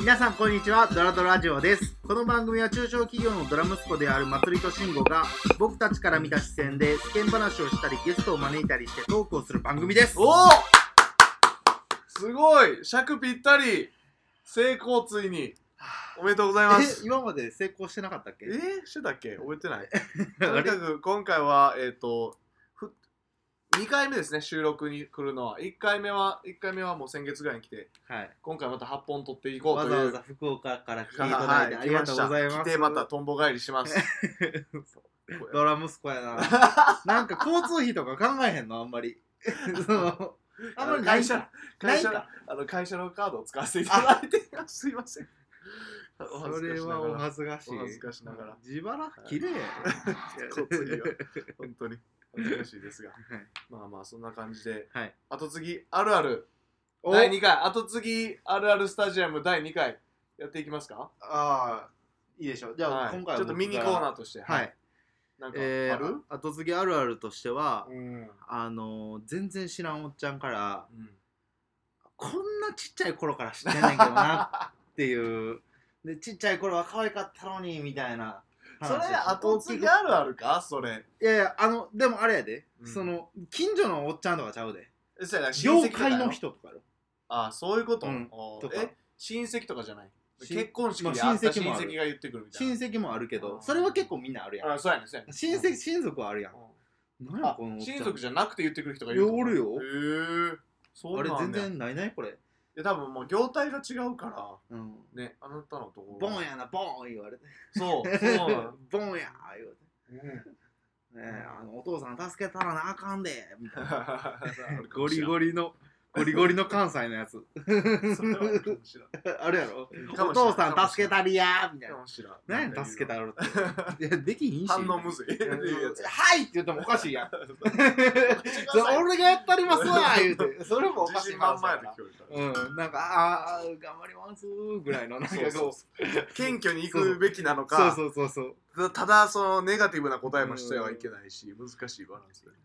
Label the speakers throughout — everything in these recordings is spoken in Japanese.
Speaker 1: 皆さんこんにちはドラドラジオですこの番組は中小企業のドラ息子であるまつりとしんごが僕たちから見た視線で世間話をしたりゲストを招いたりしてトークをする番組です
Speaker 2: おおすごい尺ぴったり成功ついにおめでとうございま
Speaker 1: え
Speaker 2: す
Speaker 1: 今まで成功してなかったっけ
Speaker 2: えー、してたっけ覚えてないと
Speaker 1: あれ
Speaker 2: にかく今回はえっ、とふ2回目ですね収録に来るのは1回目は1回目はもう先月ぐらいに来て
Speaker 1: はい
Speaker 2: 今回また8本取っていこう
Speaker 1: わ
Speaker 2: と
Speaker 1: ざ
Speaker 2: いう
Speaker 1: わざ福岡から来ていただいて、
Speaker 2: は
Speaker 1: ありがとうござい ます
Speaker 2: 来てまたトンボ帰りします
Speaker 1: ドラ息子やな なんか交通費とか考えへんのあんまりその あんまりない
Speaker 2: 会社会社
Speaker 1: ない
Speaker 2: のあの会社のカードを使わせていただいてすいませんお
Speaker 1: そ
Speaker 2: 恥ずか
Speaker 1: れ
Speaker 2: しな
Speaker 1: は
Speaker 2: が
Speaker 1: お
Speaker 2: ら
Speaker 1: 恥ずかしい
Speaker 2: お恥ずかしながら
Speaker 1: 自腹綺麗や
Speaker 2: 交 通費は本当に恥ずかしいですがまあまあそんな感じで
Speaker 1: はい
Speaker 2: 後継ぎあるある
Speaker 1: お
Speaker 2: 第2回後継ぎあるあるスタジアム第2回やっていきますか
Speaker 1: ああいいでしょうじゃあ、
Speaker 2: はい
Speaker 1: 今回は
Speaker 2: ちょっとミニコーナーとして
Speaker 1: 僕がはい、
Speaker 2: なんかあ
Speaker 1: えー、
Speaker 2: る
Speaker 1: あ後継ぎあるあるとしては、
Speaker 2: うん
Speaker 1: あのー全然知らんおっちゃんから
Speaker 2: うん
Speaker 1: こんなちっちゃい頃から知ってんねんけどなっていうでちっちゃい頃は可愛かったのにみたいな
Speaker 2: それ
Speaker 1: 話
Speaker 2: 後継ぎあるあるかそれ
Speaker 1: いやいやあのでもあれやで、
Speaker 2: うん
Speaker 1: その近所のおっちゃんとかちゃうで
Speaker 2: えそうやな親
Speaker 1: 業
Speaker 2: 戚とか
Speaker 1: 界
Speaker 2: やろ
Speaker 1: の人とかよ
Speaker 2: あそういうこと、
Speaker 1: うん
Speaker 2: おー
Speaker 1: とか
Speaker 2: え親戚とかじゃない
Speaker 1: し
Speaker 2: 結婚式で
Speaker 1: まあ
Speaker 2: 会った
Speaker 1: 親
Speaker 2: 親
Speaker 1: 戚もある
Speaker 2: 戚が言ってくるみたい
Speaker 1: 親
Speaker 2: な、
Speaker 1: 戚もあるけど
Speaker 2: あー
Speaker 1: それは結構みんなあるやん
Speaker 2: あそうやねそうやね
Speaker 1: 親戚親族はあるやん
Speaker 2: うん
Speaker 1: 何や
Speaker 2: あ
Speaker 1: このおっちゃん
Speaker 2: 親族じゃなくて言ってくる人がいるってこと
Speaker 1: いやお
Speaker 2: へえそう
Speaker 1: あれ
Speaker 2: なん
Speaker 1: 全
Speaker 2: だ
Speaker 1: 然ないないこれ、
Speaker 2: で多分もう業態が違うか
Speaker 1: うん、
Speaker 2: らねあなたのところ
Speaker 1: ボンやなボン言われて
Speaker 2: そうそうな
Speaker 1: ボンや言われて
Speaker 2: ん
Speaker 1: ねえあのお父さん助けたらなあかんでみたいな
Speaker 2: あるか
Speaker 1: ゴ
Speaker 2: も
Speaker 1: リ
Speaker 2: しれん
Speaker 1: ゴリのゴリゴリの関西のやつ
Speaker 2: それはあるかもしれ ん
Speaker 1: あるやろ
Speaker 2: かも
Speaker 1: お
Speaker 2: しれん
Speaker 1: 父さん助けたりやみたい
Speaker 2: か
Speaker 1: な
Speaker 2: もしれん
Speaker 1: 何やねん助けたろっていやできひんし
Speaker 2: 反応むずいって いうやつ
Speaker 1: はいって言ってもおかしいやんそれ
Speaker 2: さい
Speaker 1: 俺がやったりますわ言うてそれもおか
Speaker 2: 自
Speaker 1: しい
Speaker 2: 信満
Speaker 1: 話や
Speaker 2: 々やっ
Speaker 1: か
Speaker 2: て
Speaker 1: ら
Speaker 2: 聞こえるから
Speaker 1: うんなんかあーあー頑張りますぐらいのなんかこう
Speaker 2: そう
Speaker 1: そ
Speaker 2: 謙虚に行くべきなのか
Speaker 1: うそうそうそう
Speaker 2: ただそのネガティブな答えもしてはいけないし、難しいバランスだよ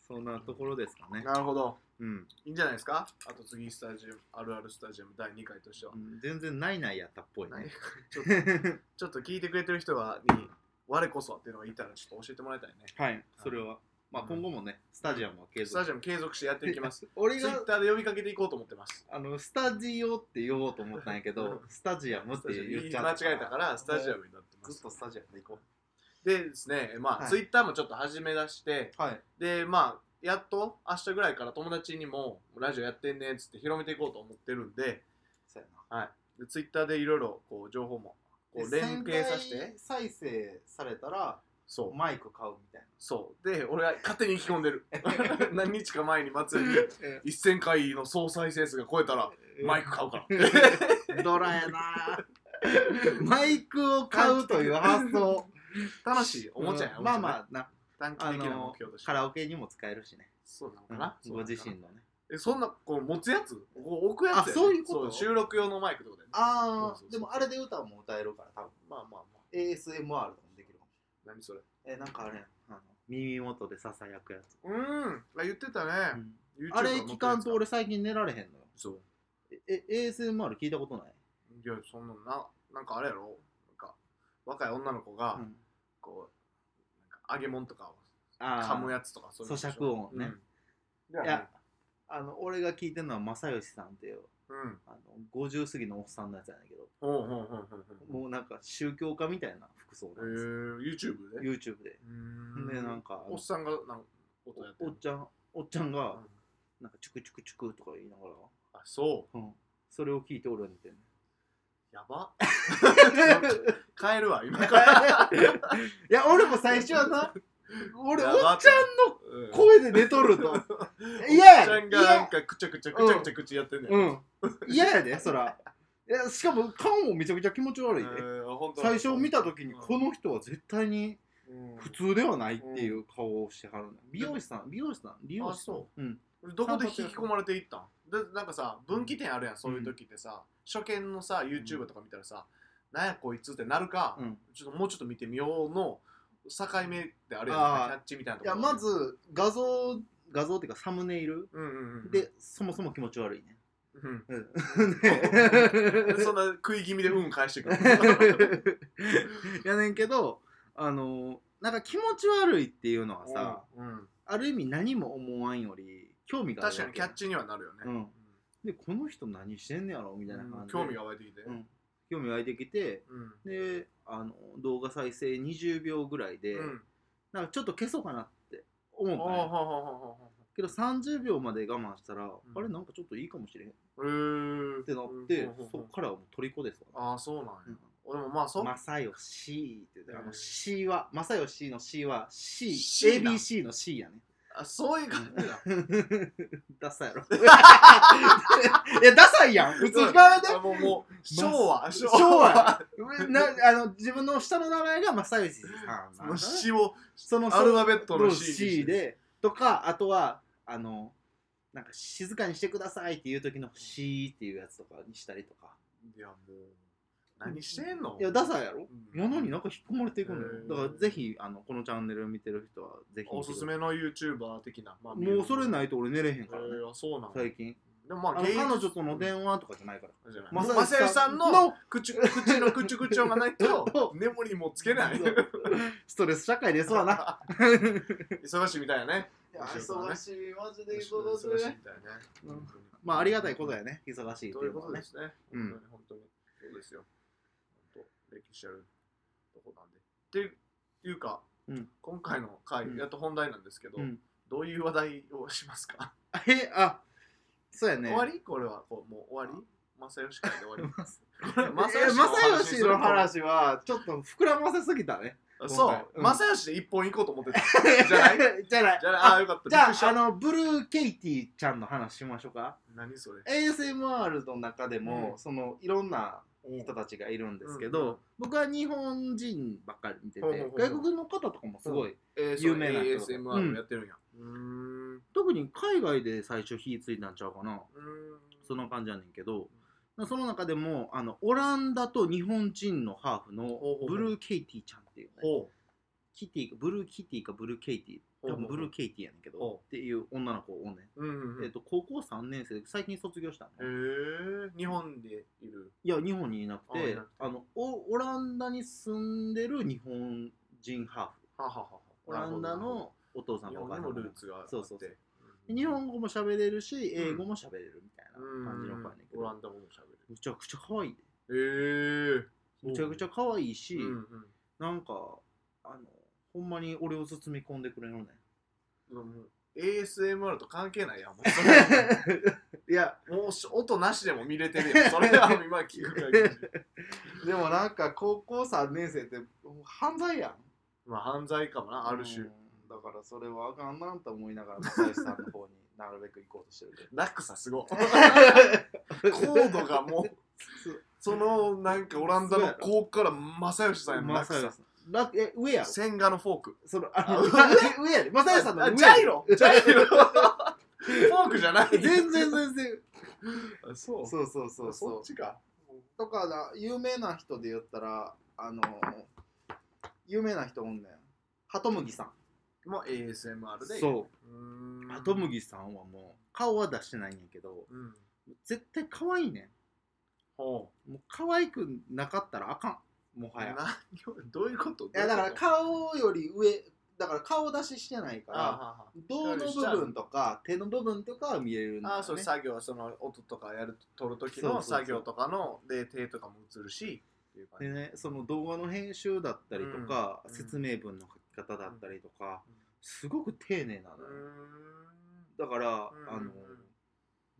Speaker 1: そんなところですかね
Speaker 2: なるほど
Speaker 1: うん
Speaker 2: いいんじゃないですかあと次スタジアムあるあるスタジアム第2回としては、
Speaker 1: うん全然ないないやったっぽい
Speaker 2: ない
Speaker 1: ね
Speaker 2: ちょっと ちょっと聞いてくれてる人がに我こそはっていうのがいたらちょっと教えてもらいたいね
Speaker 1: はいそれはまあ
Speaker 2: うん
Speaker 1: 今後もねスタジアムは継
Speaker 2: ス
Speaker 1: 続
Speaker 2: タジアム継続してやっていきます
Speaker 1: 俺
Speaker 2: ツイ
Speaker 1: が
Speaker 2: ッターで呼びかけていこうと思ってます
Speaker 1: あのスタジオって言おうと思ったんやけどスタジアムっ
Speaker 2: ス
Speaker 1: て
Speaker 2: タジアム
Speaker 1: 言
Speaker 2: 言
Speaker 1: っ
Speaker 2: い
Speaker 1: ち
Speaker 2: 間
Speaker 1: ゃ
Speaker 2: 違
Speaker 1: った
Speaker 2: えたからスタジアムになってま
Speaker 1: ずっ
Speaker 2: す
Speaker 1: とスタジアムで行こ
Speaker 2: でですねまあ、
Speaker 1: はい
Speaker 2: ツイッターもちょっと始め出して
Speaker 1: うはい
Speaker 2: でまあやっと明日ぐらいから友達にもラジオやってんねんっつって広めていこうと思ってるんで、
Speaker 1: そうやな
Speaker 2: はい。で、ツイッターでいろいろこう情報もこう
Speaker 1: で
Speaker 2: 連携させ
Speaker 1: 1000
Speaker 2: て
Speaker 1: 回、再生されたら
Speaker 2: そう、
Speaker 1: マイク買うみたい
Speaker 2: そう。で、俺は勝手に引き込ん でる。何日か前に祭りに
Speaker 1: な
Speaker 2: 1000回の総再生数が超えたらマイク買うから。
Speaker 1: クドラや なマイクを買うという発想
Speaker 2: 楽しいおもちゃや、
Speaker 1: うんまあま
Speaker 2: あ
Speaker 1: あな
Speaker 2: 短期
Speaker 1: あ
Speaker 2: 的な目
Speaker 1: の
Speaker 2: 標として。
Speaker 1: カラオケにも使えるしね
Speaker 2: そうなの
Speaker 1: う
Speaker 2: か
Speaker 1: ん
Speaker 2: な、そう
Speaker 1: ご
Speaker 2: なのかな
Speaker 1: 自身のね
Speaker 2: えそんなこう持つやつこう置くやつやね
Speaker 1: あそういうこと
Speaker 2: そう収録用のマイクってことだよね
Speaker 1: あ
Speaker 2: そ
Speaker 1: あ
Speaker 2: うそうそう
Speaker 1: でもあれで歌も歌えるから多分
Speaker 2: まあまあまあ
Speaker 1: ASMR とかもできるかも
Speaker 2: 何それ
Speaker 1: えなんかあれやんあの耳元でささやくやつ、
Speaker 2: うーんあ言ってたね、YouTube
Speaker 1: あれ聞かんと俺最近寝られへんのよ
Speaker 2: そう
Speaker 1: ええ ASMR 聞いたことない、
Speaker 2: いやそんなんななんかあれやろなんか若い女の子が、
Speaker 1: うん
Speaker 2: こうなんか揚げ物とかを
Speaker 1: あー
Speaker 2: 噛むやつとかそういうのでしょ
Speaker 1: 咀嚼音ね、
Speaker 2: うん、
Speaker 1: いや
Speaker 2: いや、
Speaker 1: あの俺が聞いてるのは正義さんっていう
Speaker 2: うん
Speaker 1: あの50過ぎのおっさんのやつやねんけど
Speaker 2: ほうほうほうほうほう
Speaker 1: もうなんか宗教家みたいな服装
Speaker 2: え
Speaker 1: なんですよ、
Speaker 2: ー、YouTube で
Speaker 1: YouTube で
Speaker 2: うーん
Speaker 1: でなんかあの
Speaker 2: おっさんがなん音やって
Speaker 1: おお
Speaker 2: る
Speaker 1: っちゃんおっちゃんが
Speaker 2: うん
Speaker 1: なんかチュクチュクチュクとか言いながら、
Speaker 2: あそう
Speaker 1: うん、それを聞いて俺は寝てんね
Speaker 2: やば 帰るわ今から、
Speaker 1: いや俺も最初はな俺お
Speaker 2: や
Speaker 1: っち
Speaker 2: ば
Speaker 1: ゃ
Speaker 2: っ
Speaker 1: ん
Speaker 2: て
Speaker 1: の
Speaker 2: うん、おっ
Speaker 1: 声で寝とる と嫌
Speaker 2: ち
Speaker 1: や
Speaker 2: ゃんがなんかくちゃくちゃくちゃくちゃくちゃやってんねん、
Speaker 1: うん嫌やでそらいやしかも顔もめちゃくちゃ気持ち悪いで、最初見た時にこ
Speaker 2: の
Speaker 1: の人は絶対に普通ではないっていう顔をしてはるの美容師さん美容師さん美容師さん、
Speaker 2: あそう
Speaker 1: ん、
Speaker 2: どこで引き込まれていったんでなんかさ分岐点あるやんそういう時ってさ、初見のさ YouTube とか見たらさ、なんやこいつってなるか、
Speaker 1: うん、
Speaker 2: ちょっともうちょっと見てみようの境目ってあるやん
Speaker 1: あー
Speaker 2: キャッチみたいないとこ
Speaker 1: や
Speaker 2: ろ
Speaker 1: まず画像画像っていうかサムネイル
Speaker 2: うんうんう ん、
Speaker 1: でそもそも気持ち悪いね
Speaker 2: うん
Speaker 1: うん
Speaker 2: そんな食い気味で運返してく る
Speaker 1: やねんけどあのなんか気持ち悪いっていうのはさ、
Speaker 2: うん
Speaker 1: ある意味何も思わんより興味がある
Speaker 2: 確かにキャッチにはなるよね、
Speaker 1: うんでこの人何してんねやろみたいな
Speaker 2: う
Speaker 1: 感
Speaker 2: ん
Speaker 1: じで、
Speaker 2: 興味が湧いてきて、
Speaker 1: うん興味湧いてきて
Speaker 2: うん
Speaker 1: であの動画再生20秒ぐらいで、
Speaker 2: うん
Speaker 1: なんかちょっと消そうかなって思っ
Speaker 2: おー
Speaker 1: たん
Speaker 2: はあ
Speaker 1: や
Speaker 2: はあはあはあはあ
Speaker 1: けど30秒まで我慢したら、あれなんかちょっといいかもしれへんっ
Speaker 2: えー
Speaker 1: てなって、
Speaker 2: うん
Speaker 1: そっからはもう虜ですわ、
Speaker 2: ああそうなんや、
Speaker 1: うん
Speaker 2: 俺もまあそ、
Speaker 1: マサヨシーって言ってあ
Speaker 2: う
Speaker 1: の
Speaker 2: ん
Speaker 1: C はマサヨ C の C は
Speaker 2: C な
Speaker 1: CABC の C やね
Speaker 2: あそういう感じだ
Speaker 1: ダサいやろ いやダサいやん普通に考えて
Speaker 2: あもうもう昭和
Speaker 1: 昭和なあの自分の下の名前が正義さんなんだね
Speaker 2: の詩を
Speaker 1: その
Speaker 2: アルファベットの C に
Speaker 1: C でとかあとはあのなんか静かにしてくださいっていう時の C っていうやつとかにしたりとか
Speaker 2: いやもう何してんの
Speaker 1: いやダサいやろ
Speaker 2: うん
Speaker 1: 世のになんか引っ込まれていくのよ
Speaker 2: うん
Speaker 1: だからぜひあのこのチャンネル見てる人はぜひ
Speaker 2: おすすめの YouTuber 的な、まあ、
Speaker 1: もうそれ
Speaker 2: い
Speaker 1: ないと俺寝れへん
Speaker 2: か、
Speaker 1: からら
Speaker 2: え
Speaker 1: ね
Speaker 2: ー、そうなんだ
Speaker 1: 最近
Speaker 2: でもま
Speaker 1: あ
Speaker 2: あ
Speaker 1: の
Speaker 2: 芸
Speaker 1: 彼
Speaker 2: 術
Speaker 1: 女との電話とかじゃないから
Speaker 2: じゃない
Speaker 1: まさよしさん
Speaker 2: まさよしさんの
Speaker 1: の
Speaker 2: 口口の口口調がないと
Speaker 1: そ
Speaker 2: メモリーもつけない
Speaker 1: そう ストレス社会ですわな
Speaker 2: 忙しいみたいやね
Speaker 1: い
Speaker 2: や忙
Speaker 1: しいマジ
Speaker 2: 忙しいみたいね
Speaker 1: うんまあありがたいこと
Speaker 2: や
Speaker 1: やね忙しいって
Speaker 2: と
Speaker 1: い
Speaker 2: い
Speaker 1: ううのは
Speaker 2: ことで
Speaker 1: ね
Speaker 2: すね
Speaker 1: うん
Speaker 2: 本当に本当にそうですよ本当歴史あるとこなんでっていうか
Speaker 1: うん
Speaker 2: 今回の回
Speaker 1: うん
Speaker 2: やっと本題なんですけど
Speaker 1: うん
Speaker 2: どういう話題をしますか
Speaker 1: えあそうやね
Speaker 2: 終わりこれはこうもう終わり正義会で終わり これ
Speaker 1: まさ
Speaker 2: 正義の話
Speaker 1: よしの話はちょっと膨らませすぎたね。
Speaker 2: あそ
Speaker 1: 今回
Speaker 2: う、
Speaker 1: うん
Speaker 2: 正義で一本行こうと思ってた。じゃない
Speaker 1: じゃない
Speaker 2: じゃあ、あ
Speaker 1: あ
Speaker 2: ーよかった。
Speaker 1: じゃ
Speaker 2: びっくりした
Speaker 1: ああのブルーケイティちゃんの話しましょうか。
Speaker 2: 何それ
Speaker 1: ASMR の中でも、
Speaker 2: うん
Speaker 1: そのいろんな人たちがいるんですけ
Speaker 2: うんう
Speaker 1: ど、
Speaker 2: ん
Speaker 1: 僕は日本人ばっかり見てて、
Speaker 2: ほうほうほう
Speaker 1: 外国の方とかもすごい、
Speaker 2: えー、
Speaker 1: 有名な人
Speaker 2: そう ASMR やってるんや。うーん。う
Speaker 1: 特に海外で最初火ついたんちゃうかな。
Speaker 2: ーん
Speaker 1: そんな感じやねんけど、その中でもあのオランダと日本人のハーフの
Speaker 2: ほうほう
Speaker 1: ブルーケイティちゃんっていう、ね、
Speaker 2: ほ
Speaker 1: キティかブルーキティかブルーケイティ
Speaker 2: ほう
Speaker 1: 多
Speaker 2: ほうほう
Speaker 1: 分ブルーケイティやねんけ
Speaker 2: ほ
Speaker 1: どっていう女の子をね、
Speaker 2: う。うんうんうん。
Speaker 1: えっと高校3年生で最近卒業した
Speaker 2: え
Speaker 1: の、
Speaker 2: ー、日本でいる。
Speaker 1: いや日本にいなく
Speaker 2: あい
Speaker 1: て
Speaker 2: なくて
Speaker 1: あのオオランダに住んでる日本人ハーフ
Speaker 2: はははは。
Speaker 1: オランダのお父さん
Speaker 2: 日
Speaker 1: とお
Speaker 2: 本
Speaker 1: 母
Speaker 2: に
Speaker 1: さ
Speaker 2: も
Speaker 1: ん
Speaker 2: ルーツがあって。
Speaker 1: そうそうそうん日本語も喋れるし
Speaker 2: うん
Speaker 1: 英語も喋れるみたいな感じの子やねんけ
Speaker 2: うんオラ
Speaker 1: ど
Speaker 2: ンダ語も喋る。
Speaker 1: むちゃくちゃ可愛い
Speaker 2: えー。
Speaker 1: むちゃくちゃ可愛いし、
Speaker 2: うんうん
Speaker 1: なんかあのほんまに俺を包み込んでくれるのね
Speaker 2: うんもう ASMR と関係ないやん。もうそれ
Speaker 1: いや
Speaker 2: もうし音なしでも見れてるやん。それは今聞く限り。
Speaker 1: でもなんか高校3年生って犯罪やん
Speaker 2: まあ犯罪かもな、ある
Speaker 1: う
Speaker 2: 種
Speaker 1: ん。だからそれはあかんなんと思いながら正義さんの方になるべく行こうとしてるけ
Speaker 2: 落差すごい。
Speaker 1: ど
Speaker 2: コードがもう、そのなんかオランダの高校から正義さんやもん、落
Speaker 1: 正
Speaker 2: 差
Speaker 1: 義。さんラえ上やろ
Speaker 2: 千賀のフォーク。
Speaker 1: そのあの
Speaker 2: あ
Speaker 1: 上上やで正義さんの
Speaker 2: あ
Speaker 1: 上
Speaker 2: ジャイ
Speaker 1: や
Speaker 2: ロジャイロ フォークじゃない
Speaker 1: で全然全然
Speaker 2: あそう
Speaker 1: そうそうそう
Speaker 2: そ
Speaker 1: そ
Speaker 2: っちか。
Speaker 1: うとかな有名な人で言ったらあの有名な人おんねん鳩麦さん
Speaker 2: もう ASMR で。
Speaker 1: そう
Speaker 2: うーん。
Speaker 1: 鳩麦さんはもう顔は出してないんやけど
Speaker 2: うん。
Speaker 1: 絶対可愛いね
Speaker 2: ほ
Speaker 1: んもう可愛くなかったらあかんも
Speaker 2: う。
Speaker 1: はや
Speaker 2: 何をどういうこと
Speaker 1: いやだから
Speaker 2: どういうこ
Speaker 1: 顔より上だから顔出ししてないか
Speaker 2: とあ
Speaker 1: ら
Speaker 2: は
Speaker 1: 胴の部分とか手の部分とかは見えるんだ
Speaker 2: は
Speaker 1: よ、ね、
Speaker 2: あそう作業その音とかやる取る時の
Speaker 1: そうそうそう
Speaker 2: 作業とかので手とかも映るしっていう感じ
Speaker 1: でねその動画の編集だったりとか、
Speaker 2: うん
Speaker 1: 説明文の書き方だったりとか、
Speaker 2: うん
Speaker 1: すごく丁寧な
Speaker 2: う
Speaker 1: の
Speaker 2: ー
Speaker 1: よ、
Speaker 2: ん
Speaker 1: だから、
Speaker 2: うん
Speaker 1: あ
Speaker 2: うん
Speaker 1: の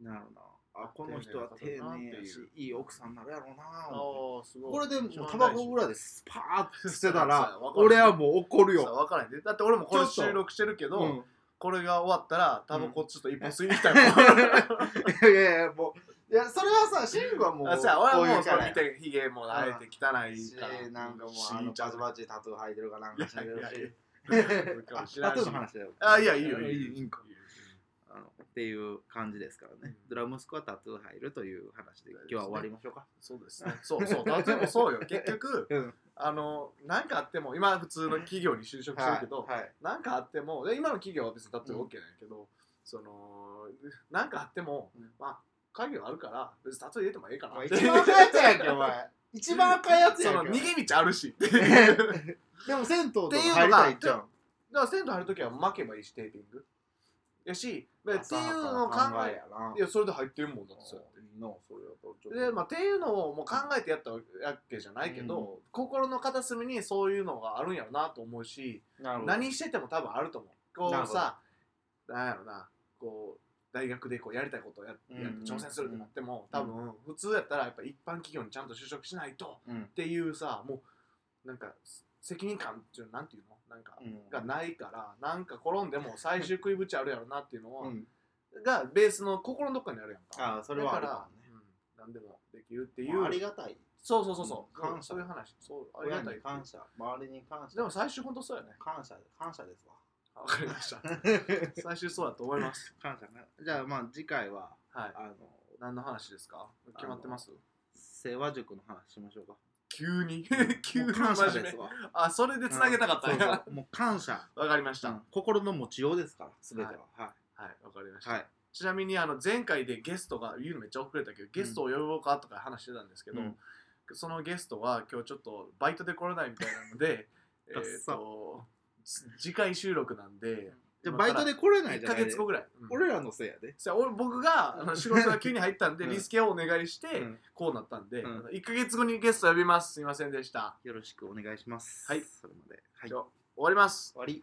Speaker 1: なんやろなあこの人は丁寧やしいい奥さんになるやろうな思って
Speaker 2: ああ、すごい。
Speaker 1: これでもうタバコぐらいでスパーッ捨てたら
Speaker 2: そうやわかる
Speaker 1: 俺はもう怒る
Speaker 2: いよ。
Speaker 1: よ、
Speaker 2: わからへんで。だって俺もこ
Speaker 1: ち
Speaker 2: れ
Speaker 1: ょっと
Speaker 2: 収録してるけど、
Speaker 1: うん
Speaker 2: これが終わったら、タバコちょっと一本吸いに行き たい
Speaker 1: いやいやいやもういやそれはさ慎吾はも
Speaker 2: もん。
Speaker 1: う
Speaker 2: あそうや俺はもう
Speaker 1: キ
Speaker 2: そ
Speaker 1: ャ
Speaker 2: れ
Speaker 1: ラや
Speaker 2: 見て、ヒゲも生えて汚い
Speaker 1: し
Speaker 2: から。
Speaker 1: なんかもうあの
Speaker 2: ち
Speaker 1: バ
Speaker 2: ゃう
Speaker 1: チバチタトゥー履いてるかなんかしてる
Speaker 2: いやいや
Speaker 1: しあ
Speaker 2: 知ら
Speaker 1: タ
Speaker 2: ん
Speaker 1: トゥ
Speaker 2: し
Speaker 1: ーの話だよ
Speaker 2: あ、いや、いいよ、い
Speaker 1: い
Speaker 2: いよ。
Speaker 1: いんかあのっていう感じですからね
Speaker 2: うん
Speaker 1: ドラムスコはタトゥー入るという話で今日は終わりましょうか
Speaker 2: そうですね。そうそう。例えばそうよ。結局、
Speaker 1: うん
Speaker 2: あの、なんかあっても、今普通の企業に就職してるけど、
Speaker 1: はいはい
Speaker 2: なんかあっても、で今の企業は別にだって OK なんやけど、その、なんかあっても、
Speaker 1: うん
Speaker 2: まあ、家業あるから別に例え入れてもええか
Speaker 1: お
Speaker 2: な
Speaker 1: 前一番赤いやつやんけお前 一番赤いやつ
Speaker 2: そ
Speaker 1: やん
Speaker 2: の
Speaker 1: け
Speaker 2: 逃げ道あるし ってだか
Speaker 1: でも銭湯とか入りたいじゃん
Speaker 2: ら銭湯入るときは巻けばいいしテーピングやしでっていうのを考え
Speaker 1: やない
Speaker 2: やそれで入ってるもんだってそれ
Speaker 1: いいなそれやったらちょっと
Speaker 2: でまあ、っていうのをもう考えてやったわけじゃないけど、
Speaker 1: う
Speaker 2: 心の片隅にそういうのがあるんやろなと思うし、
Speaker 1: なるほど
Speaker 2: 何してても多分あると思う。こ
Speaker 1: なる
Speaker 2: う
Speaker 1: ほど
Speaker 2: さなんやろなこう大学でこうやりたいことをや,、やって挑戦するってなっても、
Speaker 1: うん
Speaker 2: 多分普通やったらやっぱ一般企業にちゃんと就職しないと
Speaker 1: うん
Speaker 2: っていうさもうなんか責任感っていうのなんていうのなんか、
Speaker 1: うん
Speaker 2: がないからなんか転んでも最終食いぶちあるやろなっていうのは、
Speaker 1: うん
Speaker 2: がベースの心のどっかにあるやんか。
Speaker 1: ああそれはある
Speaker 2: だ
Speaker 1: か
Speaker 2: か
Speaker 1: ら、
Speaker 2: ら
Speaker 1: ね
Speaker 2: うん、何でもできるっていう、
Speaker 1: まあありがたい
Speaker 2: そうそうそうそう、
Speaker 1: うん感謝
Speaker 2: そういう話そうありが
Speaker 1: 親
Speaker 2: たい
Speaker 1: に感謝周りに感謝
Speaker 2: でも最終本当そうやね
Speaker 1: 感謝感謝ですわ
Speaker 2: わかりまし た最終そうだと思います
Speaker 1: 感謝ねじゃあまあ次回は
Speaker 2: はい
Speaker 1: あの
Speaker 2: 何の話ですか決まってます
Speaker 1: 世話塾の話しましょうか
Speaker 2: 急に 急
Speaker 1: もう
Speaker 2: に
Speaker 1: 感謝
Speaker 2: 真面
Speaker 1: です
Speaker 2: 目
Speaker 1: わ
Speaker 2: あそれでつなげたかったんや
Speaker 1: そうそうもう感謝
Speaker 2: わかりました、
Speaker 1: うん心の持ちようですから全てはは
Speaker 2: はいわかりまし
Speaker 1: い
Speaker 2: た、
Speaker 1: はい
Speaker 2: ちなみにあの前回でゲストが言うのめっちゃ遅れたけどゲストを呼ぼうかとか話してたんですけど、
Speaker 1: うん
Speaker 2: そのゲストは今日ちょっとバイトで来れないみたいなので え
Speaker 1: ダッ
Speaker 2: っ
Speaker 1: サ
Speaker 2: とつ次回収録なんで
Speaker 1: じゃあバイトで来れない
Speaker 2: 1
Speaker 1: じゃ
Speaker 2: か
Speaker 1: ない
Speaker 2: 月後ぐらい、うん
Speaker 1: 俺らのせいやで
Speaker 2: そしたら俺僕があの仕事が急に入ったんで
Speaker 1: うん
Speaker 2: リスケをお願いして
Speaker 1: うん
Speaker 2: こうなったんで、
Speaker 1: うん
Speaker 2: 1か月後にゲスト呼びますすいませんでした
Speaker 1: よろしくお願いします
Speaker 2: はい
Speaker 1: それまではい終
Speaker 2: じゃあ終わります
Speaker 1: わり